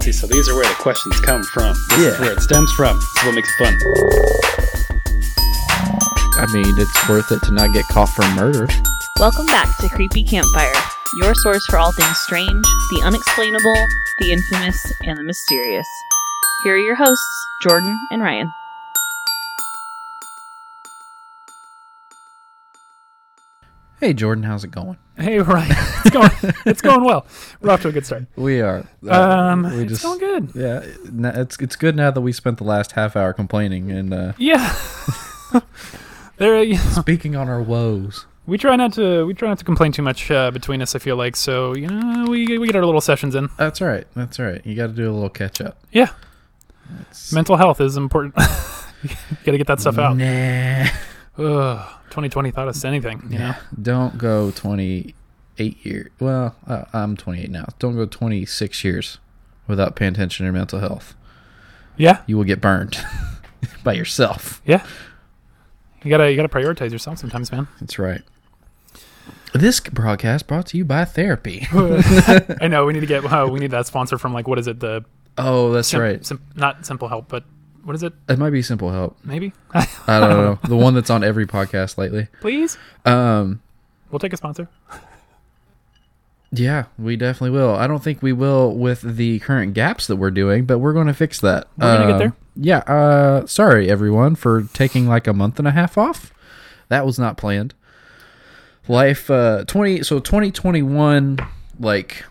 these, so these are where the questions come from. This is Yeah. where it stems from. This is what makes it fun. I mean, it's worth it to not get caught for murder. Welcome back to Creepy Campfire, your source for all things strange, the unexplainable, the infamous, and the mysterious. Here are your hosts, Jordan and Ryan. Hey, Jordan, how's it going? Hey Ryan, it's going it's going well. We're off to a good start. We are. uh, Um, we it's going good. Yeah, it- n- it's it's good now that we spent the last half hour complaining and uh, Yeah, there speaking on our woes. we try not to we try not to complain too much uh, between us. I feel like so you know we we get our little sessions in. That's all right. That's all right. You got to do a little catch up. Yeah, It's- mental health is important. Got to get that stuff out. Nah. Ugh, 2020 thought us anything. You know, Don't go 28 years. Well, uh, I'm 28 now. Don't go 26 years without paying attention to your mental health. yeah, You will get burned by yourself. yeah. You gotta you gotta prioritize yourself sometimes, man. That's right. This broadcast brought to you by therapy. I know we need to get uh, we need that sponsor from like what is it the oh, that's sim- right. sim- not simple help but what is it It might be simple help. maybe I don't know. the one that's on every podcast lately. please Um, we'll take a sponsor. yeah, we definitely will. I don't think we will with the current gaps that we're doing, but we're going to fix that. We're gonna get Um, there. Yeah. Uh, sorry everyone for taking like a month and a half off. That was not planned. Life uh 20 so 2021 like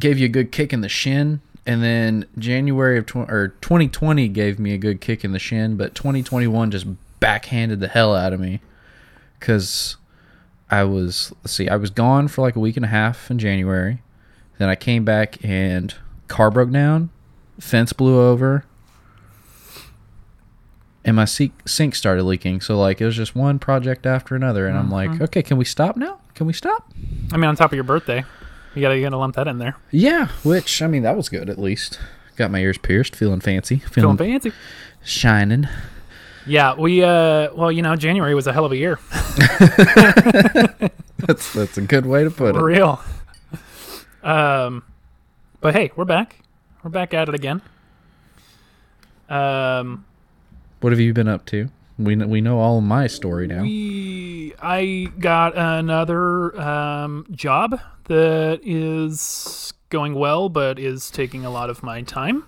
gave you a good kick in the shin and then January of tw- or 2020 gave me a good kick in the shin, but 2021 just backhanded the hell out of me cuz I was let's see, I was gone for like a week and a half in January. Then I came back and car broke down, fence blew over, and my sink sink started leaking. So like it was just one project after another, and I'm Uh-huh. like, okay, can we stop now? Can we stop? I mean, on top of your birthday, you gotta you gotta lump that in there. Yeah, which I mean that was good at least. Got my ears pierced, feeling fancy, feeling, Feeling fancy. shining. Yeah, we uh, well, you know, January was a hell of a year, That's that's a good way to put for it. real. Um, but hey, we're back. We're back at it again. Um, What have you been up to? We kn- we know all of my story now. we I got another um job that is going well, but is taking a lot of my time.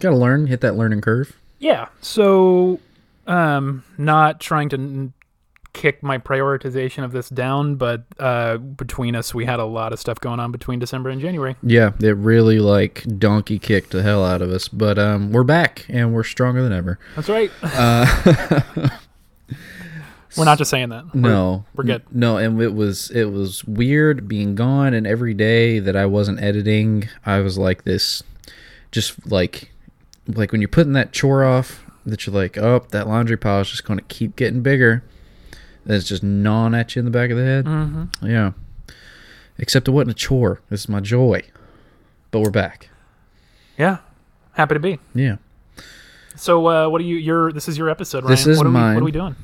Got to learn, hit that learning curve. Yeah. So, um, not trying to n- kick my prioritization of this down, but uh, between us, we had a lot of stuff going on between December and January. Yeah, it really like donkey kicked the hell out of us, but um, we're back and we're stronger than ever. That's right. We're not just saying that. We're- Uh, no, we're good. No, and it was it was weird being gone, and every day that I wasn't editing, I was like this, just like like when you're putting that chore off, that you're like, oh, that laundry pile is just going to keep getting bigger. And it's just gnawing at you in the back of the head. Mm-hmm. Yeah. Except it wasn't a chore. It's my joy. But we're back. Yeah. Happy to be. Yeah. So, uh, what are you? Your this is your episode, Ryan. This is what are mine. We, what are we doing?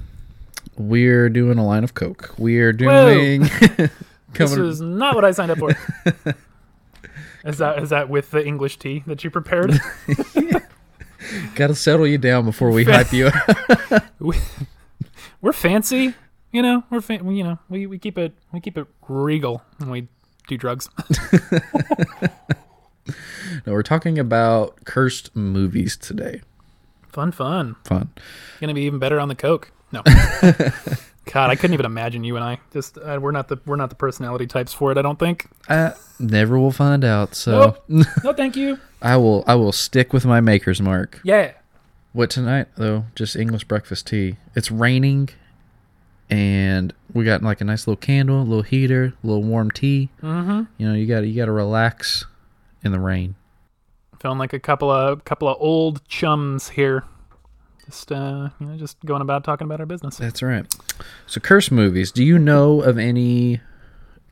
We're doing a line of Coke. We're Whoa. doing. This Coming- is not what I signed up for. is that is that with the English tea that you prepared? Gotta settle you down before we hype you up. we, we're fancy, you know. We're fa- we- you know we, we keep it we keep it regal when we do drugs. No, we're talking about cursed movies today. fun, fun. Fun. Gonna be even better on the coke. No, God, I couldn't even imagine you and I. Just uh, we're not the we're not the personality types for it. I don't think. Uh, never will find out. So No, thank you. I will. I will stick with my maker's mark. Yeah, What tonight though? Just English breakfast tea. It's raining, and we got like a nice little candle, a little heater, a little warm tea. Mm-hmm. You know, you got to you got to relax in the rain. feeling like a couple of couple of old chums here. Just uh, you know, just going about talking about our business. That's right. So cursed movies. Do you know of any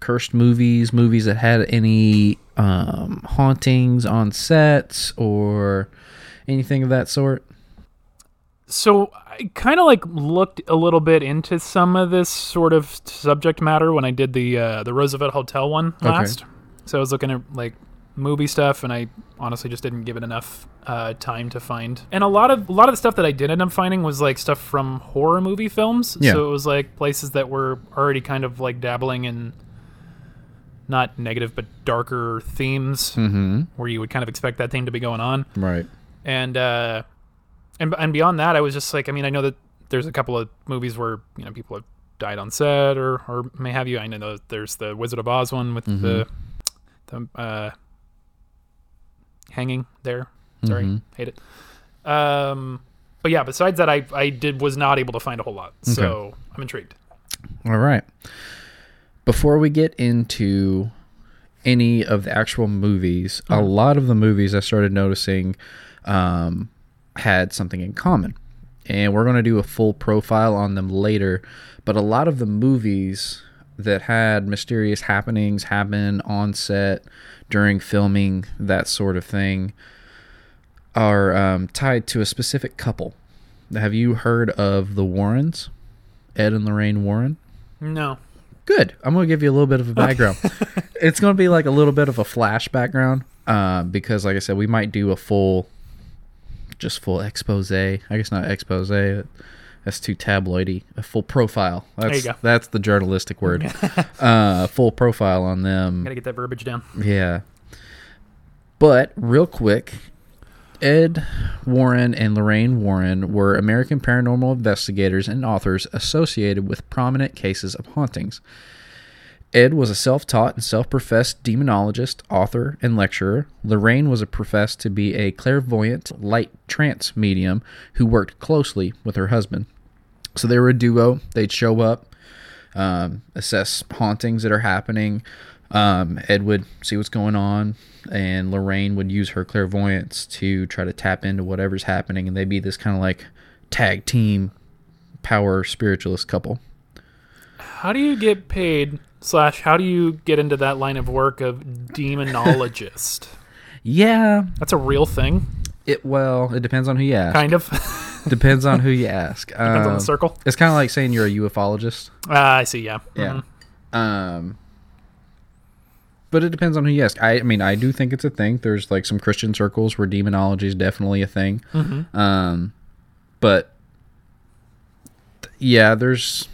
cursed movies? Movies that had any um, hauntings on sets or anything of that sort? so I kind of like looked a little bit into some of this sort of subject matter when I did the uh, the Roosevelt Hotel one last. So I was looking at like movie stuff, and I honestly just didn't give it enough uh, time to find. And a lot of a lot of the stuff that I did end up finding was like stuff from horror movie films. Yeah. So it was like places that were already kind of like dabbling in not negative but darker themes Mm-hmm. where you would kind of expect that theme to be going on Right. and uh and and beyond that i was just like i mean i know that there's a couple of movies where you know people have died on set or or may have you i know that there's the wizard of oz one with the the uh hanging there sorry Mhm. hate it um but yeah besides that i i did was not able to find a whole lot so i'm intrigued All right. Before we get into any of the actual movies, a lot of the movies I started noticing um, had something in common. And we're going to do a full profile on them later. But a lot of the movies that had mysterious happenings happen on set during filming, that sort of thing, are um, tied to a specific couple. Have you heard of the Warrens? Ed and Lorraine Warren? no good. I'm going to give you a little bit Oh. of a background. it's going to be like a little bit of a flash background um, because, like I said, we might do a full, just full expose. I guess not expose. but That's too tabloidy. A full profile. That's, you go. That's the journalistic word. uh, full profile on them. gotta get that verbiage down Yeah. But real quick, Ed Warren and Lorraine Warren were American paranormal investigators and authors associated with prominent cases of hauntings. Ed was a self taught and self professed demonologist, author, and lecturer. Lorraine was a professed to be a clairvoyant light trance medium who worked closely with her husband. So they were a duo. They'd show up, um, assess hauntings that are happening. Um, Ed would see what's going on, and Lorraine would use her clairvoyance to try to tap into whatever's happening, and they'd be this kind of like tag team power spiritualist couple. how do you get paid slash how do you get into that line of work of demonologist Yeah, that's a real thing it well, it depends on who you ask. kind of Depends on who you ask. depends on Um, the circle It's kind of like saying you're a ufologist. Ah, I see. Yeah. Yeah. Mhm. Um, but it depends on who you ask. I, I mean, I do think it's a thing. There's like some Christian circles where demonology is definitely a thing. Um, but th- yeah, there's.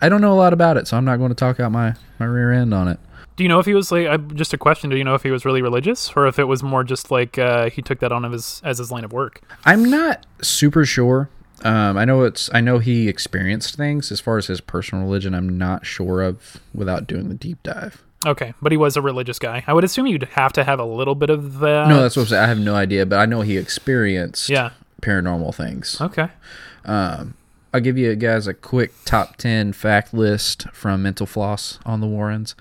I don't know a lot about it, so I'm not going to talk out my my rear end on it. Do you know if he was like I- just a question? Do you know if he was really religious or if it was more just like uh, he took that on of his as his line of work? I'm not super sure. Um, I know it's. I know he experienced things as far as his personal religion. I'm not sure of without doing the deep dive. Okay, but he was a religious guy. I would assume you'd have to have a little bit of that. No, that's what I'm saying. I have no idea, but I know he experienced Yeah. paranormal things. Okay. I'll give you guys a quick top 10 fact list from Mental Floss on the Warrens.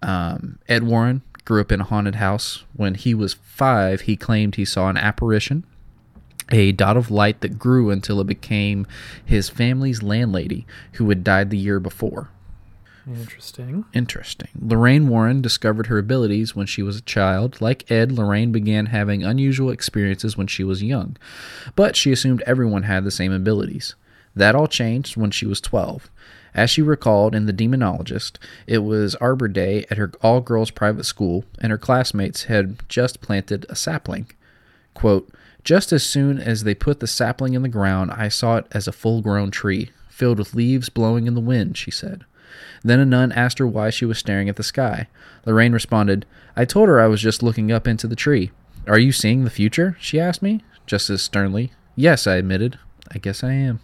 Um, Ed Warren grew up in a haunted house. When he was five, he claimed he saw an apparition, a dot of light that grew until it became his family's landlady, who had died the year before. Interesting. Interesting. Lorraine Warren discovered her abilities when she was a child. Like Ed, Lorraine began having unusual experiences when she was young, but she assumed everyone had the same abilities. That all changed when she was 12. As she recalled in The Demonologist, it was Arbor Day at her all girls private school, and her classmates had just planted a sapling. Quote, just as soon as they put the sapling in the ground, I saw it as a full grown tree, filled with leaves blowing in the wind, she said. Then a nun asked her why she was staring at the sky. Lorraine responded, I told her I was just looking up into the tree. Are you seeing the future? she asked me, just as sternly. Yes, I admitted. I guess I am.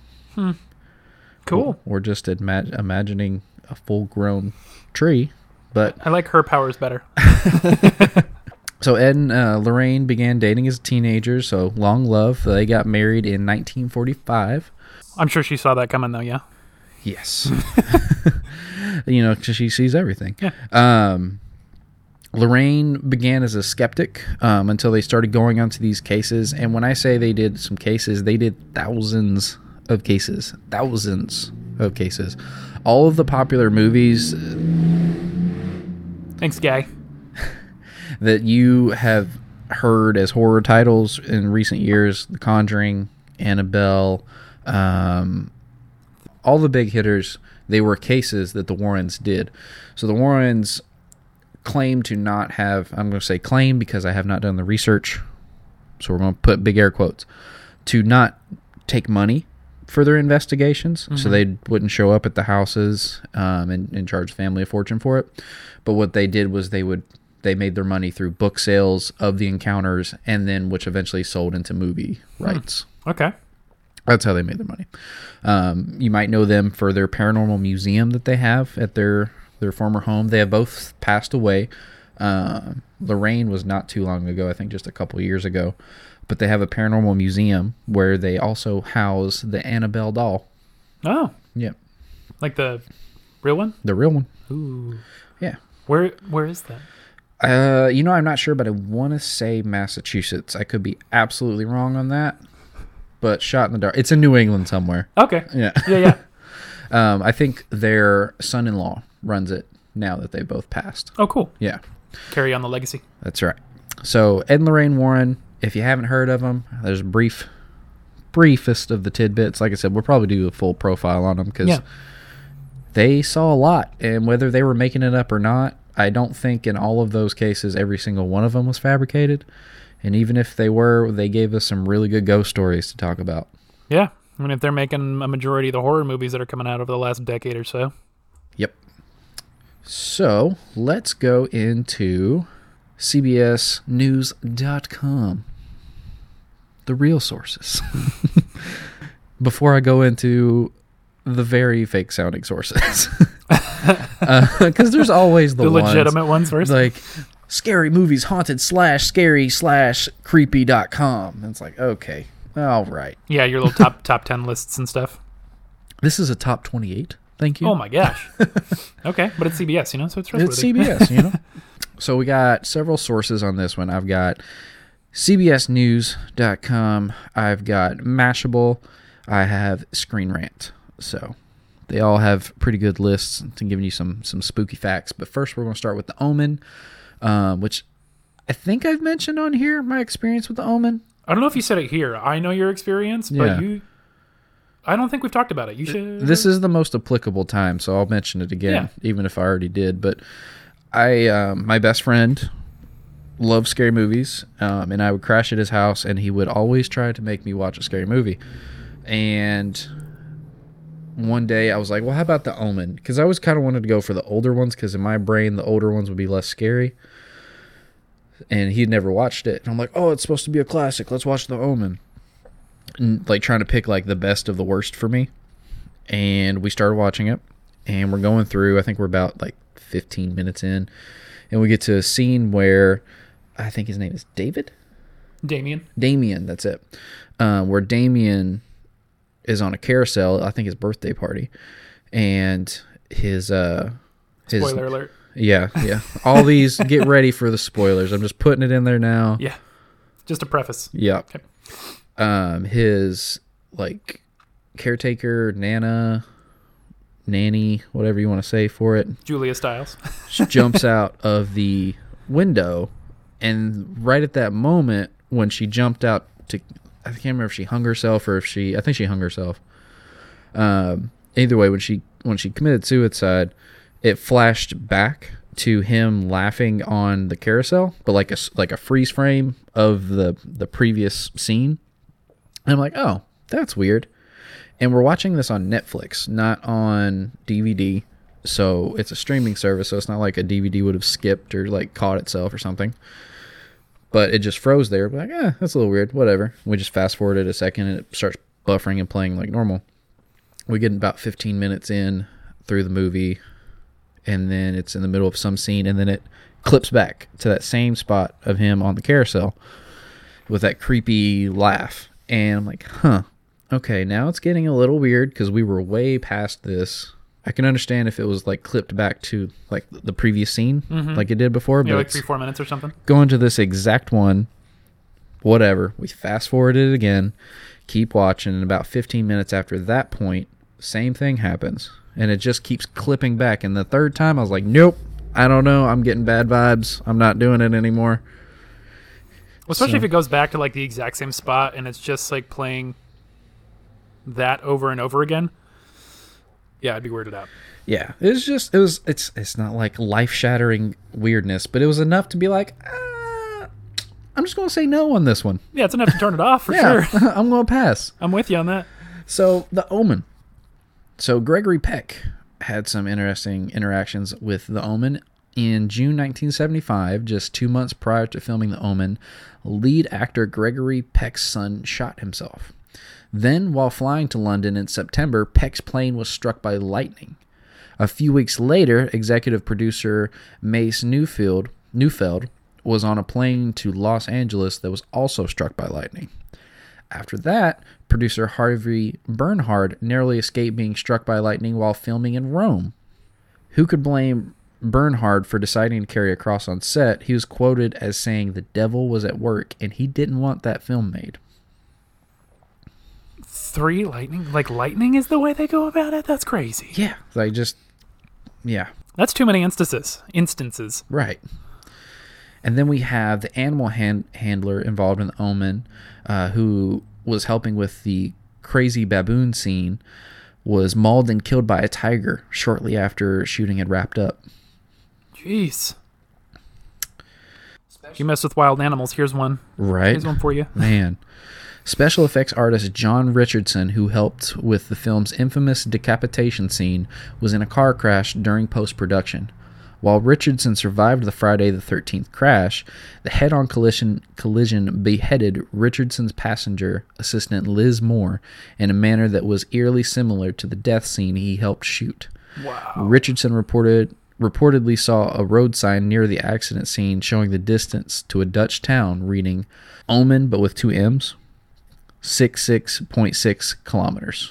Cool. Or just adma- imagining a full grown tree. But I like her powers better. So Ed and uh, Lorraine began dating as teenagers. So long love. They got married in 1945. I'm sure she saw that coming though. Yeah. Yes. you know, 'cause she sees everything. Yeah. Um, Lorraine began as a skeptic um, until they started going onto these cases. And when I say they did some cases, they did thousands of cases. Thousands of cases. All of the popular movies Thanks, guy. that you have heard as horror titles in recent years The Conjuring, Annabelle, um, all the big hitters, they were cases that the Warrens did. So the Warrens claim to not have i'm going to say claim because i have not done the research so we're going to put big air quotes to not take money for their investigations so they wouldn't show up at the houses um, and, and charge the family a fortune for it but what they did was they would they made their money through book sales of the encounters and then which eventually sold into movie rights Okay. that's how they made their money. Um, you might know them for their paranormal museum that they have at their their former home. They have both passed away. Uh, Lorraine was not too long ago, I think, just a couple years ago. But they have a paranormal museum where they also house the Annabelle doll. Oh, Yep, like the real one. the real one. Ooh. Yeah. Where Where is that? Uh, you know, I'm not sure, but I want to say Massachusetts. I could be absolutely wrong on that. But shot in the dark. It's in New England somewhere. Okay. Yeah. Yeah. Yeah. Um, I think their son-in-law runs it now that they both passed. Oh, cool. Yeah, Carry on the legacy. that's right. So Ed and Lorraine Warren, if you haven't heard of them, there's a brief, briefest of the tidbits. Like I said, we'll probably do a full profile on them because Yeah. they saw a lot, and whether they were making it up or not, I don't think in all of those cases every single one of them was fabricated. And even if they were, they gave us some really good ghost stories to talk about. Yeah. I mean, if they're making a majority of the horror movies that are coming out over the last decade or so, Yep. So let's go into CBSNews.com, the real sources, before I go into the very fake sounding sources. Because there's always the, the ones, legitimate ones first. Like, scary movies haunted slash scary slash creepy dot com. It's like, okay, all right. yeah, your little top top ten lists and stuff. This is a top 28. Thank you. Oh my gosh. okay, but it's CBS, you know, so it's trustworthy. It's CBS, you know. so we got several sources on this one. I've got CBSNews.com. I've got Mashable. I have Screen Rant. So they all have pretty good lists to giving you some some spooky facts. But first, we're going to start with the Omen, um, which I think I've mentioned on here my experience with the Omen. I don't know if you said it here. I know your experience, Yeah. but you. I don't think we've talked about it. You should. this is the most applicable time, so I'll mention it again, even if I already did. But I, um, my best friend, loved scary movies, um, and I would crash at his house, and he would always try to make me watch a scary movie. And one day I was like, "Well, how about The Omen?" Because I always kind of wanted to go for the older ones, because in my brain, the older ones would be less scary. And he'd never watched it, and I'm like, "Oh, it's supposed to be a classic. Let's watch The Omen." And, like trying to pick like the best of the worst for me and we started watching it and we're going through i think we're about like 15 minutes in and we get to a scene where i think his name is david Damien. damien that's it uh, where damien is on a carousel i think his birthday party and his uh his Spoiler alert. yeah yeah all these get ready for the spoilers i'm just putting it in there now Yeah. Just a preface. yeah. Okay. Um, his like caretaker, nana, nanny, whatever you want to say for it, Julia Stiles. she jumps out of the window, and right at that moment when she jumped out to, I can't remember if she hung herself or if she, I think she hung herself. Um, either way, when she when she committed suicide, it flashed back to him laughing on the carousel, but like a s- like a freeze frame of the the previous scene. And I'm like, oh, that's weird. And we're watching this on Netflix, not on DVD. So it's a streaming service. So it's not like a DVD would have skipped or like caught itself or something. But it just froze there. We're like, yeah, that's a little weird. Whatever. We just fast forwarded a second and it starts buffering and playing like normal. We get about 15 minutes in through the movie. And then it's in the middle of some scene. And then it clips back to that same spot of him on the carousel with that creepy laugh. And I'm like, huh, okay, now it's getting a little weird because we were way past this. I can understand if it was like clipped back to like the previous scene, like it did before, Mm-hmm. Yeah, but like it's three, four minutes or something. going to this exact one. Whatever. We fast forwarded it again, keep watching, and about 15 minutes after that point, same thing happens. And it just keeps clipping back. And the third time, I was like, nope, I don't know. I'm getting bad vibes. I'm not doing it anymore. Well, especially So- if it goes back to like the exact same spot and it's just like playing that over and over again. Yeah, I'd be weirded out. Yeah, it was just it was it's it's not like life shattering weirdness, but it was enough to be like, uh, I'm just gonna say no on this one. Yeah, it's enough to turn it off for Yeah, sure. I'm gonna pass. I'm with you on that. So the Omen. So Gregory Peck had some interesting interactions with the Omen. In June 1975, just two months prior to filming The Omen, lead actor Gregory Peck's son shot himself. Then, while flying to London in September, Peck's plane was struck by lightning. A few weeks later, executive producer Mace Newfield, Newfeld was on a plane to Los Angeles that was also struck by lightning. After that, producer Harvey Bernhard narrowly escaped being struck by lightning while filming in Rome. Who could blame Bernhard for deciding to carry a cross on set? He was quoted as saying the devil was at work and he didn't want that film made. Three lightning, like lightning is the way they go about it. That's crazy. Yeah. Like, just, yeah. That's too many instances. Instances. Right. And then we have the animal hand- handler involved in the omen, uh, who was helping with the crazy baboon scene, was mauled and killed by a tiger shortly after shooting had wrapped up. Jeez. You mess with wild animals. Here's one. Right. Here's one for you. Man. Special effects artist John Richardson, who helped with the film's infamous decapitation scene, was in a car crash during post production. While Richardson survived the Friday the 13th crash, the head on collision, collision beheaded Richardson's passenger, assistant Liz Moore, in a manner that was eerily similar to the death scene he helped shoot. Uh, Richardson reported reportedly saw a road sign near the accident scene showing the distance to a Dutch town reading Omen but with two M's, 66.6 kilometers.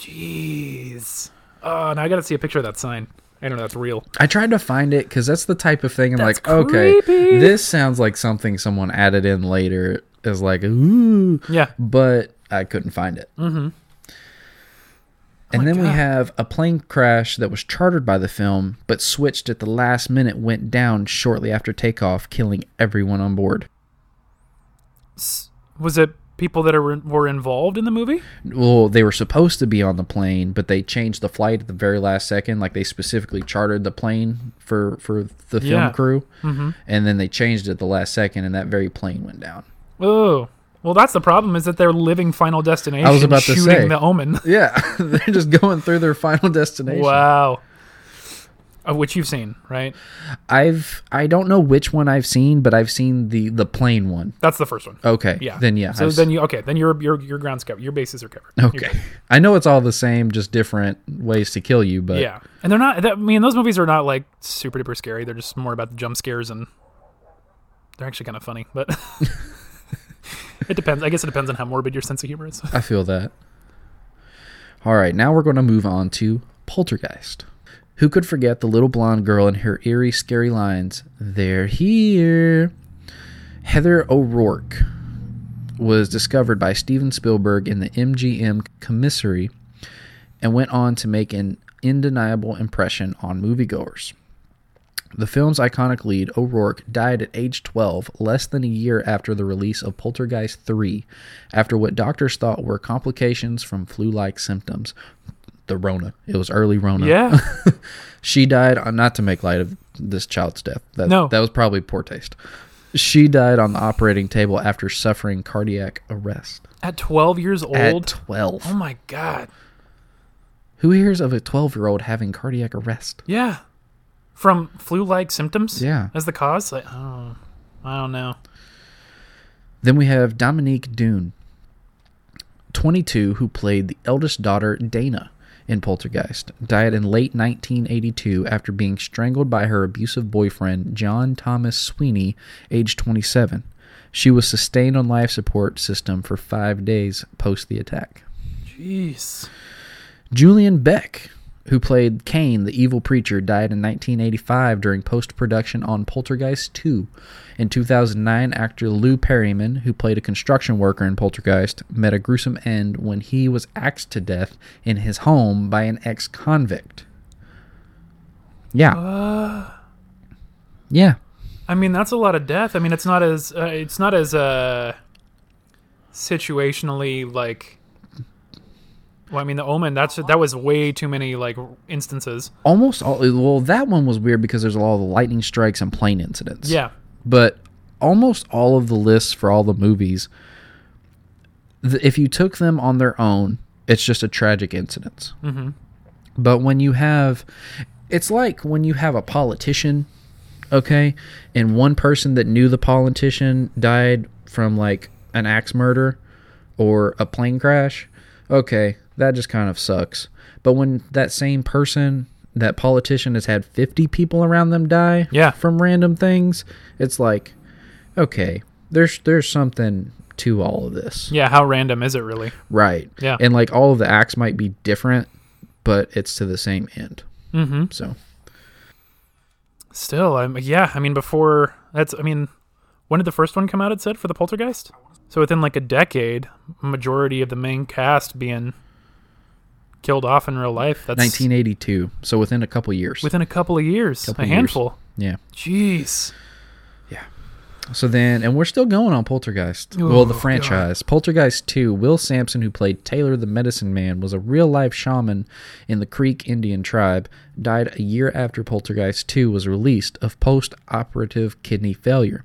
Jeez. Oh, now I gotta see a picture of that sign. I don't know. That's real. I tried to find it because that's the type of thing I'm That's like, okay, creepy. this sounds like something someone added in later as like, ooh, Yeah. but I couldn't find it. Mm-hmm. Oh And then we have a plane crash that was chartered by the film, but switched at the last minute, went down shortly after takeoff, killing everyone on board. S- Was it people that are, were involved in the movie? Well, they were supposed to be on the plane, but they changed the flight at the very last second. Like they specifically chartered the plane for for the Yeah. film crew, mm-hmm. and then they changed it at the last second, and that very plane went down. Oh. Well, that's the problem. Is that they're living Final Destination. I was about to shooting say. the Omen. Yeah, they're just going through their final destination. wow. Of which you've seen, right? I've I don't know which one I've seen, but I've seen the the plane one. That's the first one. Okay. Yeah. Then yeah. So I've then you okay? Then your your your grounds covered. Your bases are covered. You're Okay. good. I know it's all the same, just different ways to kill you, but Yeah, and they're not. That, I mean, those movies are not like super duper scary. They're just more about the jump scares and they're actually kind of funny. But it depends. I guess it depends on how morbid your sense of humor is. I feel that. All right, now we're going to move on to Poltergeist. Who could forget the little blonde girl and her eerie, scary lines? They're here. Heather O'Rourke was discovered by Steven Spielberg in the MGM commissary and went on to make an undeniable impression on moviegoers. The film's iconic lead, O'Rourke, died at age 12, less than a year after the release of Poltergeist 3, after what doctors thought were complications from flu like symptoms. The Rona. It was early Rona. yeah, She died, on, not to make light of this child's death. That, No. That was probably poor taste. She died on the operating table after suffering cardiac arrest. at twelve years old. At 12. oh my god. Who hears of a 12 year old having cardiac arrest? Yeah, from flu-like symptoms. Yeah. as the cause. Like, oh, I don't know. Then we have Dominique Dune, 22, who played the eldest daughter, Dana, in Poltergeist, died in late 1982 after being strangled by her abusive boyfriend, John Thomas Sweeney, age 27. She was sustained on life support system for five days post the attack. Jeez. Julian Beck, who played Cain, the evil preacher, died in 1985 during post production on Poltergeist 2. In 2009, actor Lou Perryman, who played a construction worker in Poltergeist, met a gruesome end when he was axed to death in his home by an ex convict. Yeah. yeah. I mean, that's a lot of death. I mean, it's not as uh, it's not as uh, situationally like Well, I mean, the Omen. That's that was way too many like instances. Almost all. Well, that one was weird because there's a lot of lightning strikes and plane incidents. Yeah, but almost all of the lists for all the movies, th- if you took them on their own, it's just a tragic incident. Mm-hmm. But when you have, it's like when you have a politician, okay, and one person that knew the politician died from like an axe murder or a plane crash, okay, that just kind of sucks. But when that same person, that politician has had 50 people around them die Yeah. from random things, it's like, okay, there's there's something to all of this. yeah. How random is it really? Right. Yeah. And like all of the acts might be different, but it's to the same end. Mm-hmm. So Still, I'm yeah. I mean, before that's. I mean, when did the first one come out? It said for the Poltergeist. So within like a decade, majority of the main cast being killed off in real life. That's 1982. So within a couple years. within a couple of years, Couple a years. handful. yeah. Jeez. So then, and we're still going on Poltergeist. Oh, well, the God. franchise. Poltergeist 2, Will Sampson, who played Taylor the Medicine Man, was a real life shaman in the Creek Indian tribe, died a year after Poltergeist 2 was released of post operative kidney failure.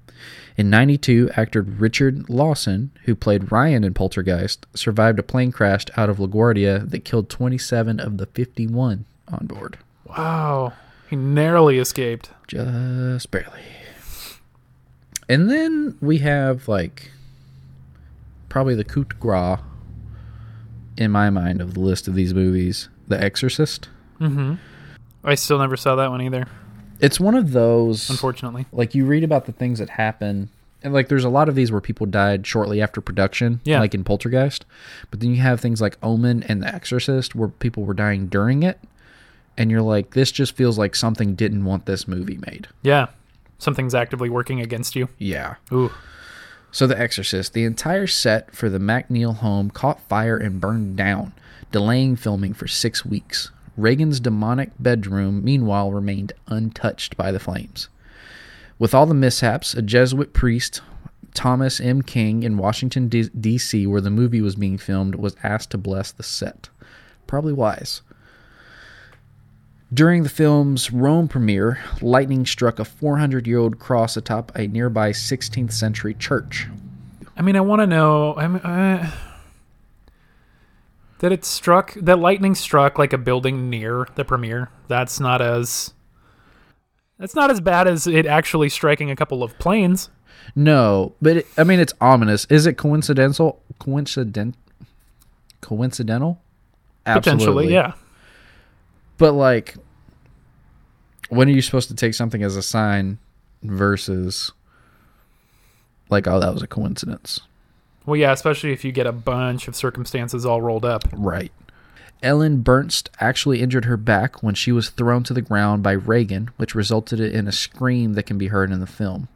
In 92, actor Richard Lawson, who played Ryan in Poltergeist, survived a plane crash out of LaGuardia that killed 27 of the 51 on board. Wow. He narrowly escaped. Just barely. And then we have like probably the coup de grace in my mind of the list of these movies, The Exorcist. I still never saw that one either. It's one of those Unfortunately. like you read about the things that happen and like there's a lot of these where people died shortly after production, Yeah. like in Poltergeist. But then you have things like Omen and The Exorcist where people were dying during it and you're like this just feels like something didn't want this movie made. Yeah. Something's actively working against you. Yeah. Ooh. So, The Exorcist, the entire set for the McNeil home caught fire and burned down, delaying filming for six weeks. Reagan's demonic bedroom, meanwhile, remained untouched by the flames. With all the mishaps, a Jesuit priest, Thomas M. King, in Washington, D- D.C., where the movie was being filmed, was asked to bless the set. Probably wise. During the film's Rome premiere, lightning struck a 400 year old cross atop a nearby 16th century church. I mean, I want to know. I mean, uh, that it struck that lightning struck like a building near the premiere. That's not as that's not as bad as it actually striking a couple of planes. No, but it, I mean, it's ominous. Is it coincidental? Coincident? Coincidental? Potentially, yeah. But like, when are you supposed to take something as a sign versus like, oh, that was a coincidence? Well, yeah, especially if you get a bunch of circumstances all rolled up. Right. Ellen Bernst actually injured her back when she was thrown to the ground by Reagan, which resulted in a scream that can be heard in the film.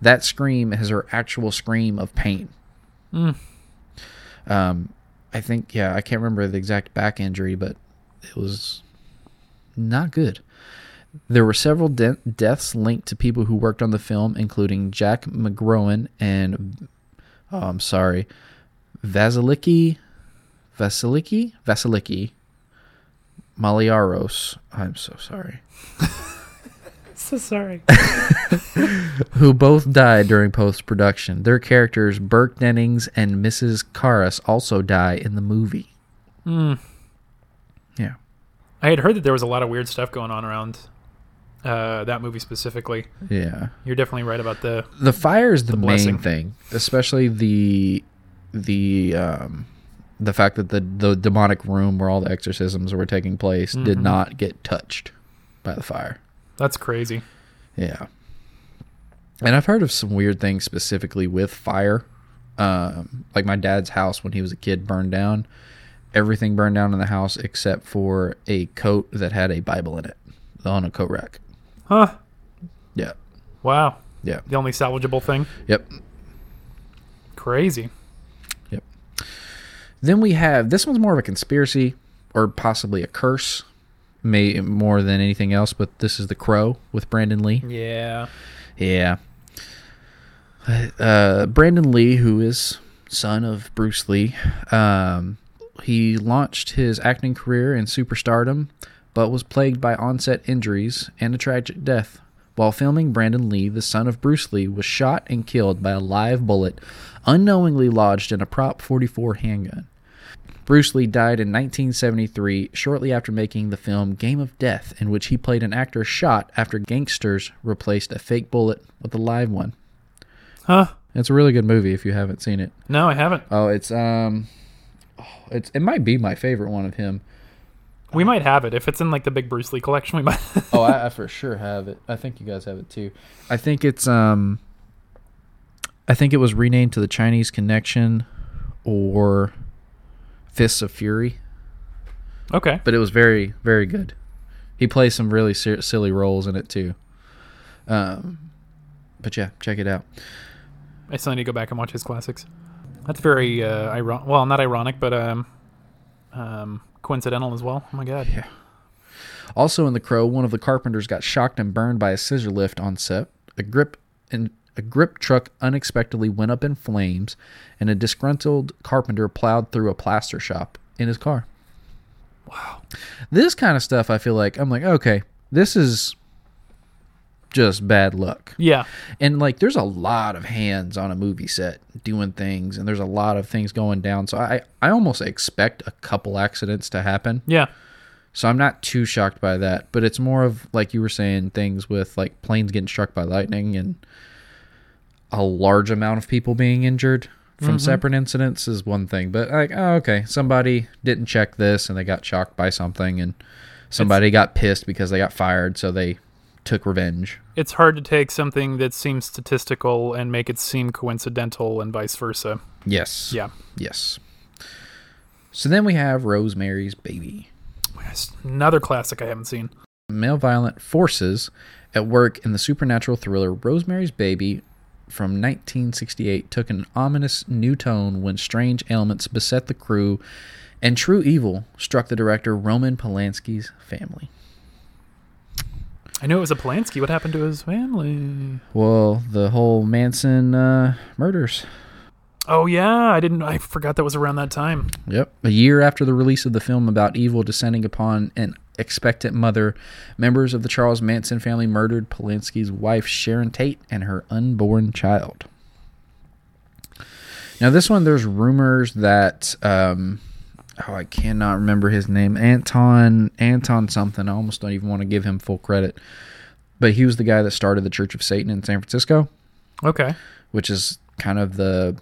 That scream is her actual scream of pain. Um, I think, yeah, I can't remember the exact back injury, but it was not good. There were several de- deaths linked to people who worked on the film, including Jack McGrowan and, oh, I'm sorry, Vasiliki Vasiliki? Vasiliki. Maliaros. I'm so sorry. So sorry. Who both died during post production. Their characters, Burke Dennings and Mrs. Karras, also die in the movie. Yeah. I had heard that there was a lot of weird stuff going on around uh, that movie specifically. Yeah. You're definitely right about the The fire is the, main blessing. thing, especially the the um the fact that the the demonic room where all the exorcisms were taking place did not get touched by the fire. that's crazy. Yeah. And I've heard of some weird things specifically with fire. Um, like my dad's house when he was a kid burned down. Everything burned down in the house except for a coat that had a Bible in it on a coat rack. Huh. Yeah. Wow. Yeah. The only salvageable thing. Yep. Crazy. Then we have this one's more of a conspiracy or possibly a curse, may more than anything else. But this is the Crow with Brandon Lee. Yeah. Yeah. Uh, Brandon Lee, who is son of Bruce Lee, um, He launched his acting career in superstardom, but was plagued by onset injuries and a tragic death. While filming, Brandon Lee, the son of Bruce Lee, was shot and killed by a live bullet unknowingly lodged in a Prop 44 handgun. Bruce Lee died in 1973, shortly after making the film Game of Death, in which he played an actor shot after gangsters replaced a fake bullet with a live one. Huh? It's a really good movie if you haven't seen it. No, I haven't. Oh, it's um, oh, it's it might be my favorite one of him. We might have it if it's in like the big Bruce Lee collection. We might. Oh, I, I for sure have it. I think you guys have it too. I think it's um, I think it was renamed to the Chinese Connection, or Fists of Fury. okay. but it was very very good. He plays some really ser- silly roles in it too. Um, but yeah, check it out. I still need to go back and watch his classics. That's very uh, ironic. Well, not ironic, but um, um, coincidental as well. Oh my god. Yeah. Also in The Crow, one of the carpenters got shocked and burned by a scissor lift on set. A grip and a grip truck unexpectedly went up in flames, and a disgruntled carpenter plowed through a plaster shop in his car. Wow. This kind of stuff, I feel like I'm like, okay, this is just bad luck. Yeah. And like, there's a lot of hands on a movie set doing things, and there's a lot of things going down. So I, I almost expect a couple accidents to happen. Yeah. So I'm not too shocked by that. But it's more of like you were saying, things with like planes getting struck by lightning and a large amount of people being injured from separate incidents is one thing. But like, oh, okay, somebody didn't check this and they got shocked by something, and somebody got pissed because they got fired, so they took revenge. It's hard to take something that seems statistical and make it seem coincidental, and vice versa. Yes. Yeah. Yes. So then we have Rosemary's Baby. It's another classic I haven't seen. Male violent forces at work in the supernatural thriller Rosemary's Baby from 1968 took an ominous new tone when strange ailments beset the crew and true evil struck the director Roman Polanski's family. I knew it was a Polanski. What happened to his family? Well, the whole Manson uh, murders. Oh yeah, I didn't. I forgot that was around that time. Yep. A year after the release of the film about evil descending upon an expectant mother, members of the Charles Manson family murdered Polanski's wife, Sharon Tate, and her unborn child. Now, this one, there's rumors that, um, oh, I cannot remember his name, Anton, Anton something. I almost don't even want to give him full credit. But he was the guy that started the Church of Satan in San Francisco Okay. which is kind of the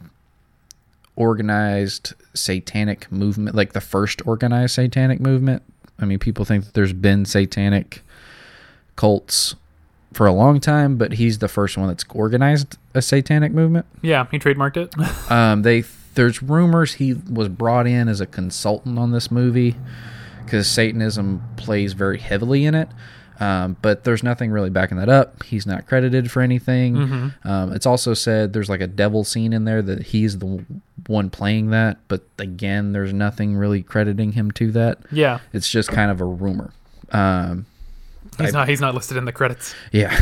organized satanic movement, like the first organized satanic movement. I mean, people think that there's been satanic cults for a long time, but he's the first one that's organized a satanic movement. Yeah, he trademarked it. Um, they there's rumors he was brought in as a consultant on this movie because Satanism plays very heavily in it. Um, but there's nothing really backing that up. He's not credited for anything. Um, it's also said there's like a devil scene in there that he's the one playing that. But again, there's nothing really crediting him to that. yeah, It's just kind of a rumor. Um, he's not. He's not listed in the credits. yeah.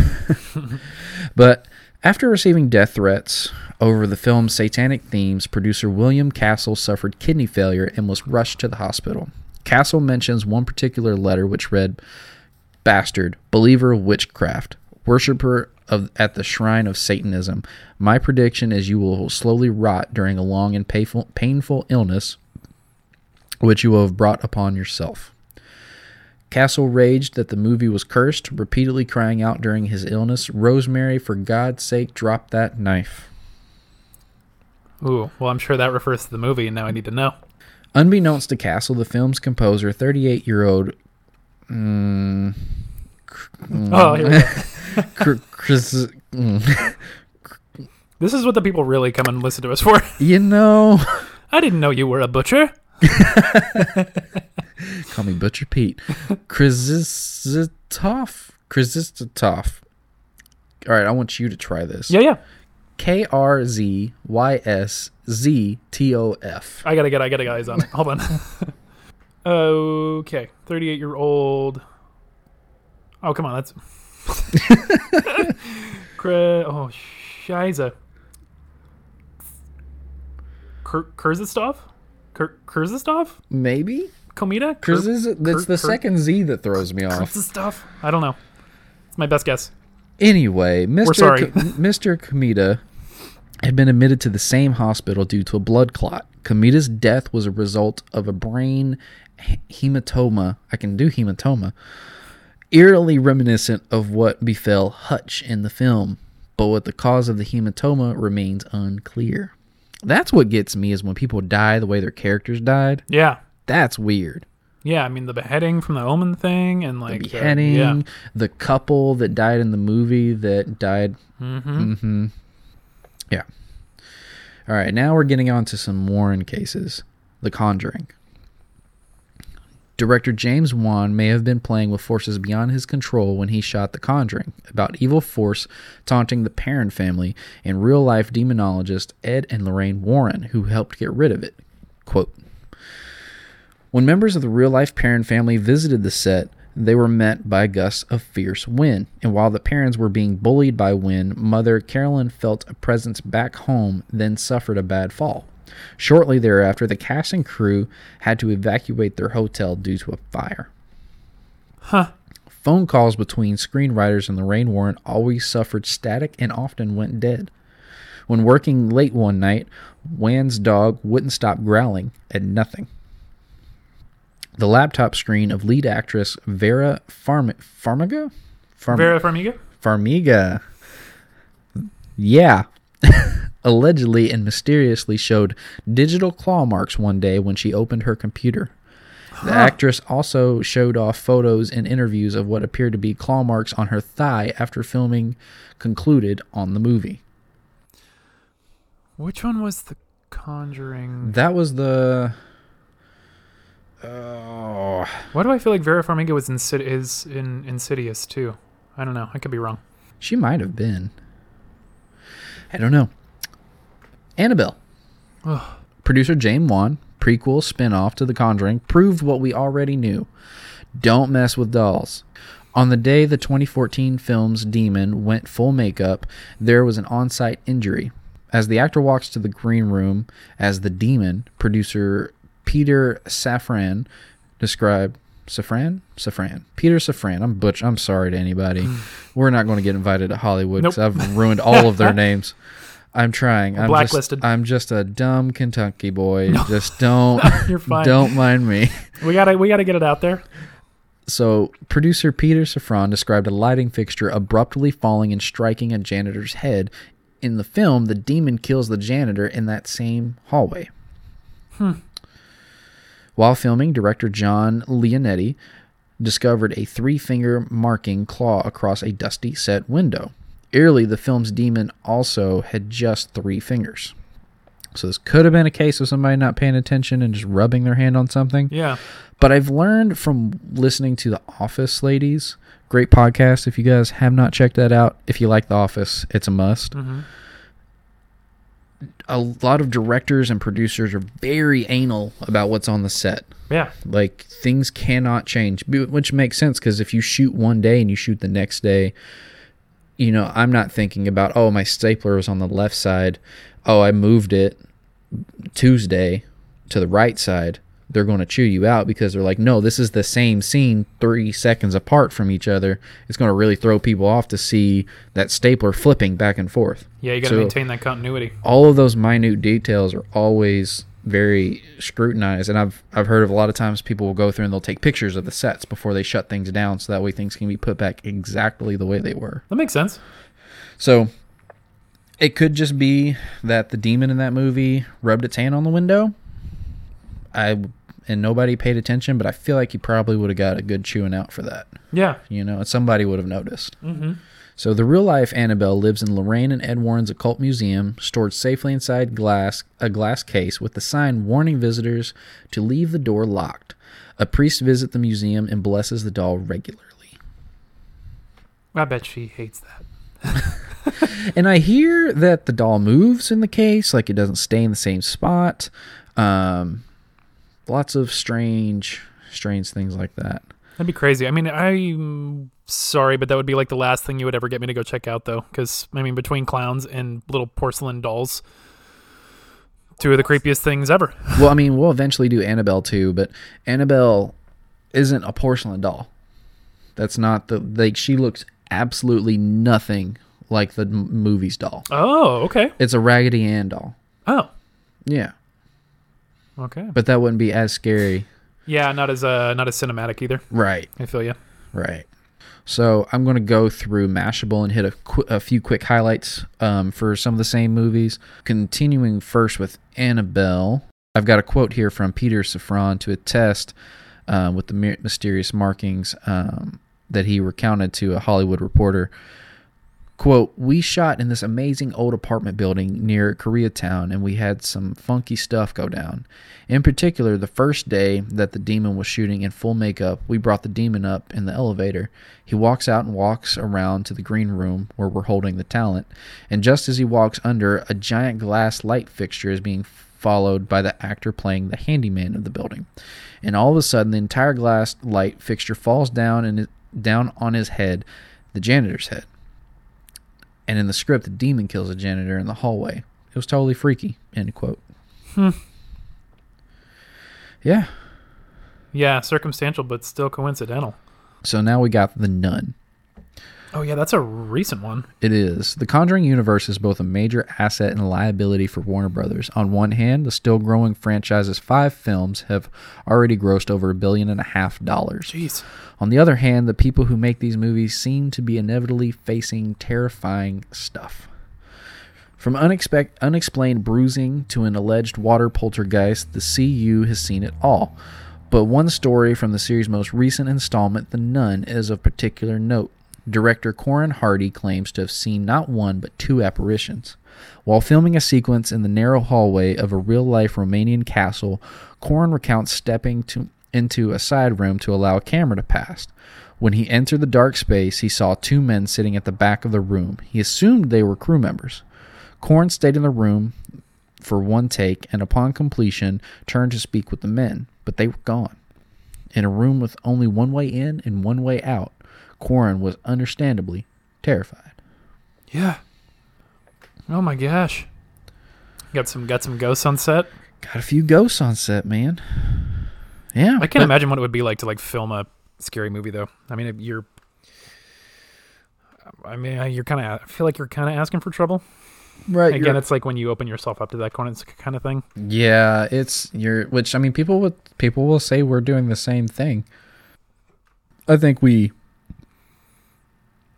but after receiving death threats over the film's satanic themes, producer William Castle suffered kidney failure and was rushed to the hospital. Castle mentions one particular letter which read Bastard, believer of witchcraft, worshiper of at the shrine of Satanism. My prediction is you will slowly rot during a long and painful painful illness which you will have brought upon yourself. Castle raged that the movie was cursed, repeatedly crying out during his illness, Rosemary, for God's sake, drop that knife. Ooh. Well, I'm sure that refers to the movie, and now I need to know. Unbeknownst to Castle, the film's composer, 38 year old mm, Oh, here we go. Cr- Chris, mm, this is what the people really come and listen to us for. you know, I didn't know you were a butcher. call me Butcher Pete, Krzysztof, Krzysztof. All right, I want you to try this. Yeah, yeah. K R Z Y S Z T O F. I gotta get. I gotta get eyes on it. Hold on. okay, 38 year old. Oh come on, that's. Kra- oh, shiza. Kur- Kurzistov? Kur- Kurzistov? Maybe Komita? Kur- Chris is that's the Kur- second Z that throws me off. Kurzistov? I don't know. It's my best guess. Anyway, Mister sorry. K- Mister Kamita had been admitted to the same hospital due to a blood clot. Kamita's death was a result of a brain he- hematoma. I can do hematoma, eerily reminiscent of what befell Hutch in the film, but what the cause of the hematoma remains unclear. That's what gets me is when people die the way their characters died. Yeah. That's weird. Yeah, I mean the beheading from the Omen thing and like uh, beheading, yeah. the couple that died in the movie that died. Mm-hmm. Yeah. All right, now we're getting on to some Warren cases. The Conjuring. Director James Wan may have been playing with forces beyond his control when he shot The Conjuring, about evil force taunting the Perrin family and real life demonologist Ed and Lorraine Warren, who helped get rid of it. Quote when members of the real life Perrin family visited the set, they were met by gusts of fierce wind. And while the Perrins were being bullied by wind, mother Carolyn felt a presence back home, then suffered a bad fall. Shortly thereafter, the cast and crew had to evacuate their hotel due to a fire. Huh. Phone calls between screenwriters and Lorraine Warren always suffered static and often went dead. When working late one night, Wan's dog wouldn't stop growling at nothing. The laptop screen of lead actress Vera Farm- Farmiga? Farm- Vera Farmiga? Farmiga. Yeah. Allegedly and mysteriously showed digital claw marks one day when she opened her computer. The actress also showed off photos and interviews of what appeared to be claw marks on her thigh after filming concluded on the movie. Which one was the Conjuring? That was the. Oh. Why do I feel like Vera Farmiga was insid- is in Insidious too? I don't know. I could be wrong. She might have been. I don't know. Annabelle. Producer James Wan, prequel spin-off to The Conjuring, proved what we already knew. Don't mess with dolls. On the day the 2014 film's demon went full makeup, there was an on-site injury. As the actor walks to the green room as the demon, producer Peter Safran described Safran? Safran. Peter Safran. I'm butch. I'm sorry to anybody. We're not going to get invited to Hollywood because Nope. I've ruined all of their names. I'm trying. I'm blacklisted. Just, I'm just a dumb Kentucky boy. Just don't You're fine. don't mind me. We gotta we gotta get it out there. So, producer Peter Safran described a lighting fixture abruptly falling and striking a janitor's head. In the film, the demon kills the janitor in that same hallway. While filming, director John Leonetti discovered a three finger marking claw across a dusty set window. Eerily, the film's demon also had just three fingers. So, this could have been a case of somebody not paying attention and just rubbing their hand on something. Yeah. But I've learned from listening to The Office Ladies, great podcast. If you guys have not checked that out, if you like The Office, it's a must. A lot of directors and producers are very anal about what's on the set. Yeah. Like things cannot change, b- which makes sense because if you shoot one day and you shoot the next day, you know, I'm not thinking about, oh, my stapler was on the left side. Oh, I moved it Tuesday to the right side. They're going to chew you out because they're like, no, this is the same scene three seconds apart from each other. It's going to really throw people off to see that stapler flipping back and forth Yeah, you gotta So- maintain that continuity. all of those minute details are always very scrutinized and I've I've heard of a lot of times people will go through and they'll take pictures of the sets before they shut things down so that way things can be put back exactly the way they were. That makes sense. So it could just be that the demon in that movie rubbed its hand on the window. I and nobody paid attention, but I feel like he probably would have got a good chewing out for that Yeah. you know, and somebody would have noticed. So the real life Annabelle lives in Lorraine and Ed Warren's occult museum, stored safely inside glass a glass case with the sign warning visitors to leave the door locked. A priest visits the museum and blesses the doll regularly. I bet she hates that. And I hear that the doll moves in the case, like it doesn't stay in the same spot. Um, lots of strange, strange things like that. That'd be crazy. I mean, I'm sorry, but that would be like the last thing you would ever get me to go check out, though. Because I mean, between clowns and little porcelain dolls, Two of the creepiest things ever. Well, I mean, we'll eventually do Annabelle too, but Annabelle isn't a porcelain doll. That's not the like. She looks absolutely nothing like the m- movie's doll. Oh, okay. It's a Raggedy Ann doll. Oh, Yeah, okay. but that wouldn't be as scary. Yeah, not as uh, not as cinematic either. Right. I feel you. Right. So I'm going to go through Mashable and hit a, qu- a few quick highlights um, for some of the same movies. Continuing first with Annabelle, I've got a quote here from Peter Safran to attest uh, with the my- mysterious markings um, that he recounted to a Hollywood reporter. Quote, we shot in this amazing old apartment building near Koreatown and we had some funky stuff go down. In particular, the first day that the demon was shooting in full makeup, we brought the demon up in the elevator. He walks out and walks around to the green room where we're holding the talent. And just as he walks under, a giant glass light fixture is being followed by the actor playing the handyman of the building. And all of a sudden, the entire glass light fixture falls down and down on his head, the janitor's head. And in the script, the demon kills a janitor in the hallway. It was totally freaky. End quote. Yeah. Yeah, circumstantial, but still coincidental. So now we got the nun. Oh yeah, that's a recent one. It is. The Conjuring universe is both a major asset and liability for Warner Brothers. On one hand, the still growing franchise's five films have already grossed over a billion and a half dollars. Jeez. On the other hand, the people who make these movies seem to be inevitably facing terrifying stuff. From unexpec- unexplained bruising to an alleged water poltergeist, the CU has seen it all. But one story from the series' most recent installment, The Nun, is of particular note. Director Corin Hardy claims to have seen not one but two apparitions. While filming a sequence in the narrow hallway of a real life Romanian castle, Corin recounts stepping to, into a side room to allow a camera to pass. When he entered the dark space, he saw two men sitting at the back of the room. He assumed they were crew members. Corn stayed in the room for one take and upon completion turned to speak with the men, but they were gone. In a room with only one way in and one way out, Corin was understandably terrified. Yeah. Oh my gosh. Got some got some ghosts on set. Got a few ghosts on set, man. Yeah. I can't but- imagine what it would be like to like film a scary movie though. I mean, you're. I mean, you're kind of. I feel like you're kind of asking for trouble. Right. Again, you're- it's like when you open yourself up to that kind of kind of thing. yeah, it's your which I mean people would people will say we're doing the same thing. I think we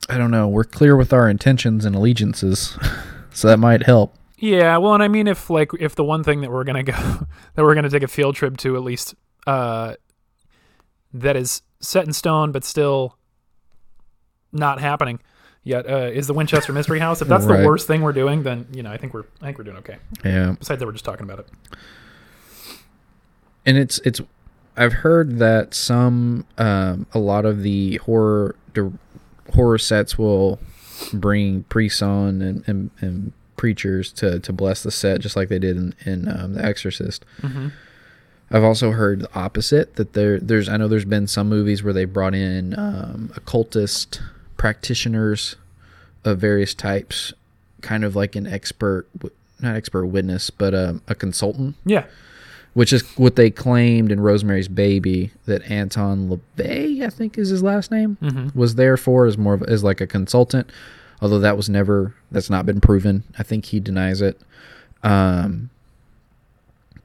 I don't know, we're clear with our intentions and allegiances. so that might help. Yeah, well, and I mean, if like if the one thing that we're gonna go that we're gonna take a field trip to at least uh, that is set in stone, but still not happening yet uh, is the Winchester Mystery House. If that's Right. the worst thing we're doing, then you know I think we're I think we're doing okay. Yeah. Besides that, we're just talking about it. and it's it's i've heard that some um a lot of the horror the horror sets will bring priests on and and, and preachers to to bless the set just like they did in, in um, the exorcist i've also heard the opposite that there there's i know there's been some movies where they brought in um occultist practitioners of various types kind of like an expert wi- not expert witness but um, a consultant Yeah, which is what they claimed in Rosemary's Baby that Anton LaBey, I think is his last name, was there for as more of as like a consultant, although that was never that's not been proven. I think he denies it. Um,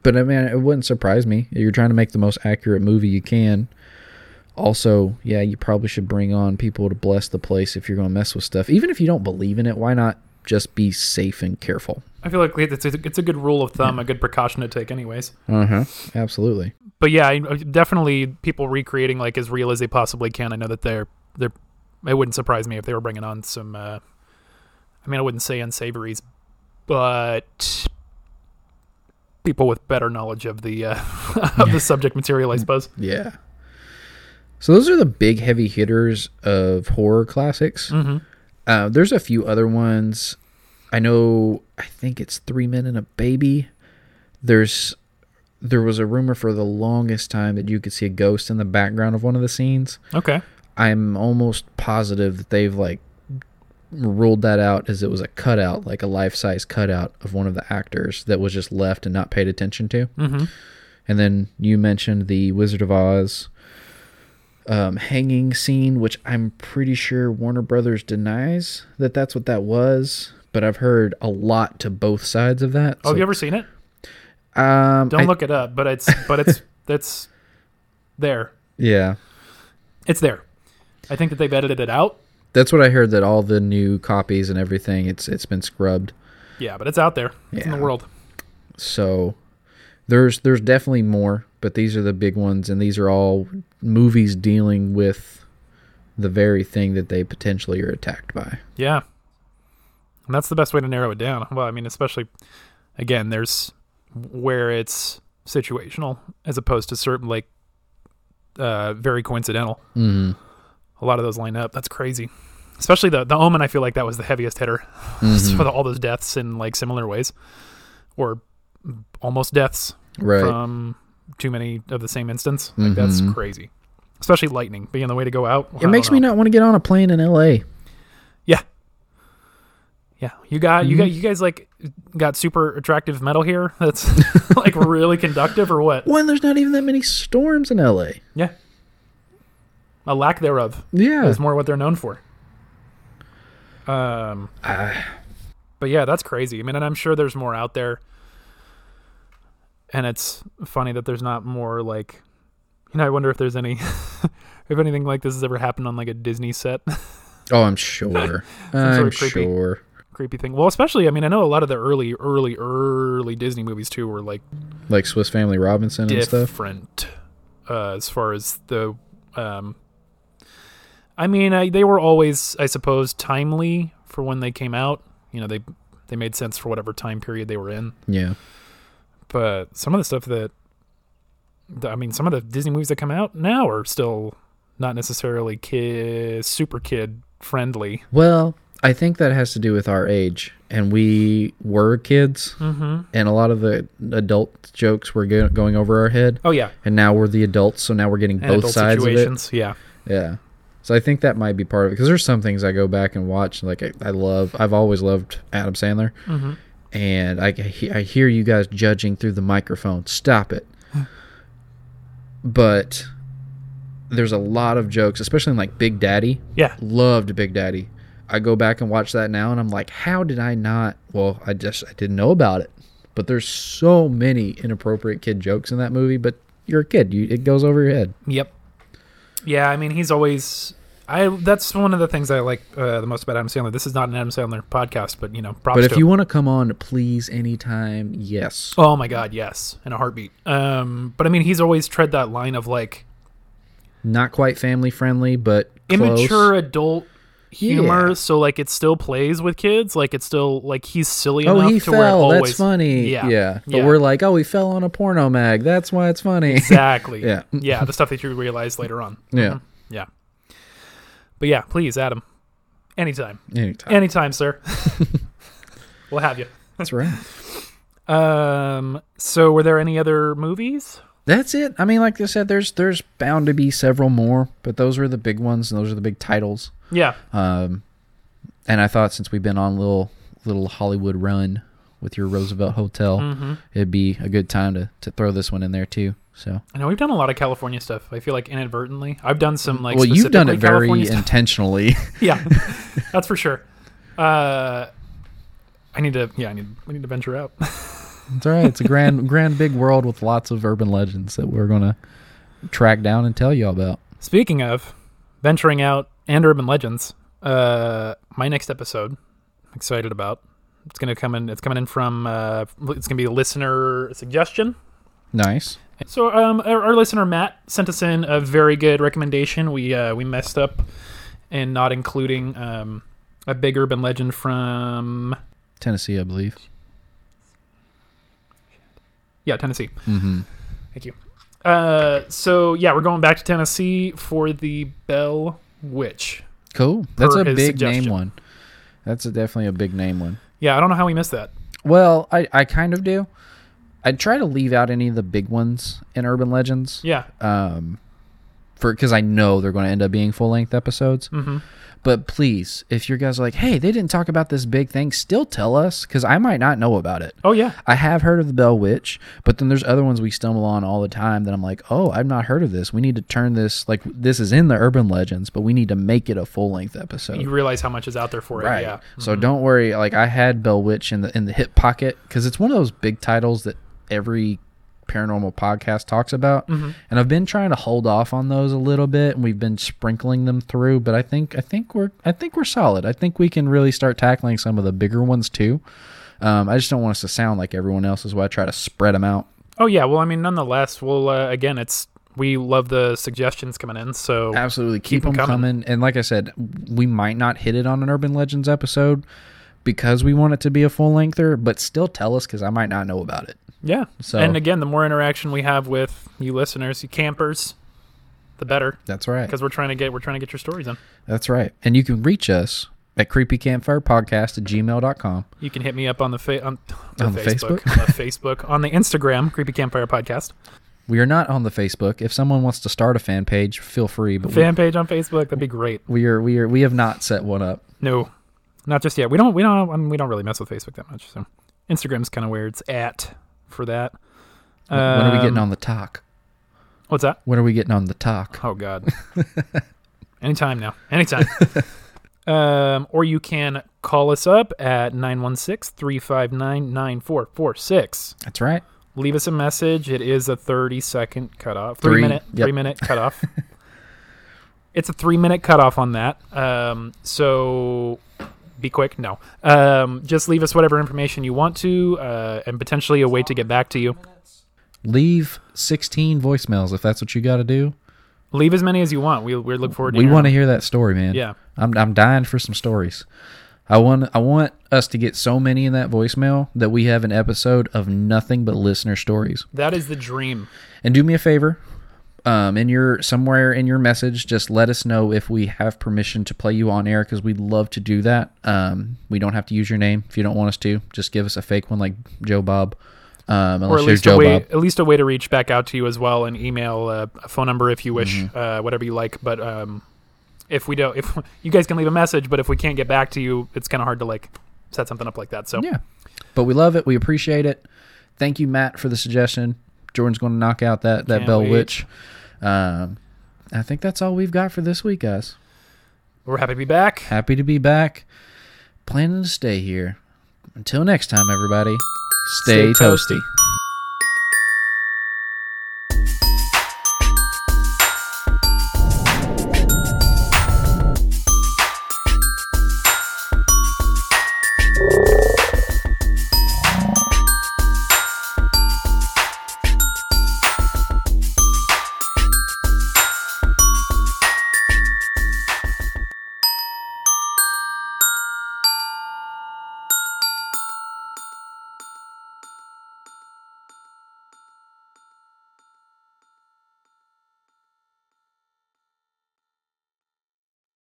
but I mean, it wouldn't surprise me. You're trying to make the most accurate movie you can. Also, yeah, you probably should bring on people to bless the place if you're going to mess with stuff. Even if you don't believe in it, why not just be safe and careful? I feel like it's a, it's a good rule of thumb, a good precaution to take, anyways. Uh huh. Absolutely. But yeah, I- definitely people recreating like as real as they possibly can. I know that they're they're. It wouldn't surprise me if they were bringing on some. Uh, I mean, I wouldn't say unsavories, but people with better knowledge of the uh, of the subject material, I suppose. Yeah. So those are the big heavy hitters of horror classics. Uh, there's a few other ones. I know. I think it's Three Men and a Baby. There's there was a rumor for the longest time that you could see a ghost in the background of one of the scenes. Okay. I'm almost positive that they've like ruled that out is it was a cutout, like a life size cutout of one of the actors that was just left and not paid attention to. Mm-hmm. And then you mentioned the Wizard of Oz um, hanging scene, which I'm pretty sure Warner Brothers denies that that's what that was. But I've heard a lot to both sides of that. Oh, have you ever seen it? ever? Um, Don't I- look it up, but it's but it's that's there. Yeah, It's there. I think that they've edited it out. that's what I heard. That all the new copies and everything, it's it's been scrubbed. Yeah, but it's out there. It's in Yeah. the world. So there's there's definitely more, but these are the big ones, and these are all movies dealing with the very thing that they potentially are attacked by. Yeah. And that's the best way to narrow it down. Well, I mean, especially again, there's where it's situational as opposed to certain like uh very coincidental. Mm. A lot of those line up. That's crazy. Especially the the omen, I feel like that was the heaviest hitter Mm-hmm. for the, all those deaths in like similar ways. Or almost deaths Right. Mm-hmm. from too many of the same instance. Like that's crazy. Especially lightning being the way to go out. I it don't makes me know. not want to get on a plane in L.A. Yeah. Yeah. You got you got you guys like got super attractive metal here that's like really conductive or what? When there's not even that many storms in L.A. Yeah. A lack thereof Yeah. is more what they're known for. Um But yeah, that's crazy. I mean, and I'm sure there's more out there. And it's funny that there's not more like you know, I wonder if there's any if anything like this has ever happened on like a Disney set. Oh, I'm sure. of I'm creepy- sure. creepy thing. Well, especially I mean, I know a lot of the early, early, early Disney movies too were like Like Swiss Family Robinson and stuff. different uh, as far as the. Um, I mean, I, they were always, I suppose, timely for when they came out. You know, they they made sense for whatever time period they were in. Yeah. But some of the stuff that, the- I mean, some of the Disney movies that come out now are still not necessarily kid, super kid friendly. Well, I think that has to do with our age, and we were kids, Mm-hmm. and a lot of the adult jokes were go- going over our head, Oh yeah, and now we're the adults, so now we're getting and both adult sides situations. Yeah. of it. Yeah. So I think that might be part of it because there's some things I go back and watch. Like I, I love, I've always loved Adam Sandler, Mm-hmm. and I, he- I hear you guys judging through the microphone. Stop it. but there's a lot of jokes, especially in like Big Daddy. Yeah. Loved Big Daddy. I go back and watch that now, and I'm like, how did I not? Well, I just I didn't know about it. But there's so many inappropriate kid jokes in that movie. But you're a kid; you, it goes over your head. Yep. Yeah, I mean, he's always. I that's one of the things I like uh, the most about Adam Sandler. This is not an Adam Sandler podcast, but you know, props But if to you him. want to come on, please anytime. Yes. Oh my God, yes, in a heartbeat. Um, but I mean, he's always tread that line of like Not quite family friendly, but close. immature adult humor. Yeah. So like, it still plays with kids. Like it's still like he's silly Oh, enough he to where it fell. always. That's funny. Yeah. But yeah. we're like, oh, he fell on a porno mag. That's why it's funny. exactly. Yeah. yeah, the stuff that you realize later on. yeah. Yeah. But yeah, please, Adam, anytime, Anytime. anytime, sir. we'll have you. That's right. Um. So, were there any other movies? That's it. I mean, like I said, there's there's bound to be several more, but those were the big ones and those are the big titles. Yeah. Um, and I thought since we've been on little little Hollywood run with your Roosevelt Hotel, Mm-hmm. it'd be a good time to to throw this one in there too. So I know we've done a lot of California stuff. I feel like inadvertently, I've done some like. well, you've done it specifically very California stuff. intentionally. yeah, that's for sure. Uh, I need to. Yeah, I need. We need to venture out. it's all right. It's a grand grand big world with lots of urban legends that we're gonna track down and tell you all about. Speaking of venturing out and urban legends, uh, my next episode, I'm excited about. It's gonna come in. It's coming in from. Uh, it's gonna be a listener suggestion. Nice. So, um, our, our listener Matt sent us in a very good recommendation. We uh, we messed up in not including um, a big urban legend from Tennessee, I believe. yeah Tennessee. Mm-hmm. Thank you. Uh, so yeah, we're going back to Tennessee for the Bell Witch. Cool. That's Per a his big suggestion. name one. That's a, definitely a big name one. Yeah, I don't know how we missed that. Well, I, I kind of do. I try to leave out any of the big ones in urban legends. Yeah, Um, for because I know they're going to end up being full length episodes. Mm-hmm. But please, if your guys are like, hey, they didn't talk about this big thing, still tell us because I might not know about it. Oh yeah, I have heard of the Bell Witch, but then there's other ones we stumble on all the time that I'm like, oh, I've not heard of this. We need to turn this like this is in the urban legends, but we need to make it a full length episode. you realize how much is out there for Right. it. Yeah. So don't worry. Like I had Bell Witch in the in the hip pocket because it's one of those big titles that every paranormal podcast talks about, Mm-hmm. and I've been trying to hold off on those a little bit, and we've been sprinkling them through. But I think I think we're I think we're solid. I think we can really start tackling some of the bigger ones too. Um, I just don't want us to sound like everyone else, is why I try to spread them out. Oh yeah. Well, I mean, nonetheless, we'll uh, again, it's we love the suggestions coming in. So Absolutely. Keep, Keep 'em them coming. And like I said, we might not hit it on an Urban Legends episode because we want it to be a full lengther, but still tell us because I might not know about it. yeah. So- and again, the more interaction we have with you listeners, you campers, the better. That's right. Because we're trying to get we're trying to get your stories in. That's right. And you can reach us at creepycampfirepodcast at gmail.com. You can hit me up on the fa- on, the On the Facebook, on the Facebook, on the Instagram, Creepy Campfire Podcast We are not on the Facebook. If someone wants to start a fan page, feel free. But fan page on Facebook. That'd be great. we, we are we are we have not set one up. No, not just yet. We don't. We don't. I mean, we don't really mess with Facebook that much. So Instagram's kind of where it's at for that. When are we getting Um, on the talk? What's that? When are we getting on the talk? Oh God. Anytime now. Anytime. um, or you can call us up at 916-359-9446. That's right. Leave us a message. It is a 30 second cutoff. Three, Three, minute. yep. Three minute cutoff. it's a three minute cutoff on that. Um, so be quick. No. Um, just leave us whatever information you want to, uh, and potentially a way to get back to you. Leave 16 voicemails if that's what you got to do. Leave as many as you want. We, we look forward to We hearing want to hear that story, man. Yeah. I'm I'm dying for some stories. I want I want us to get so many in that voicemail that we have an episode of nothing but listener stories. That is the dream. And do me a favor, um, in your somewhere in your message, just let us know if we have permission to play you on air because we'd love to do that. Um, we don't have to use your name if you don't want us to. Just give us a fake one like Joe Bob, um, or at unless you're least a Joe way, Bob. at least a way to reach back out to you as well, and email, uh, a phone number if you wish, Mm-hmm. uh, whatever you like. But um, if we don't, if you guys can leave a message, but if we can't get back to you, it's kind of hard to like set something up like that. So Yeah, but we love it. We appreciate it. Thank you, Matt, for the suggestion. Jordan's going to knock out that that Can't Bell wait. Witch. Um, I think that's all we've got for this week, guys. we're happy to be back. Happy to be back. Planning to stay here. Until next time, everybody. Stay, Stay toasty. toasty.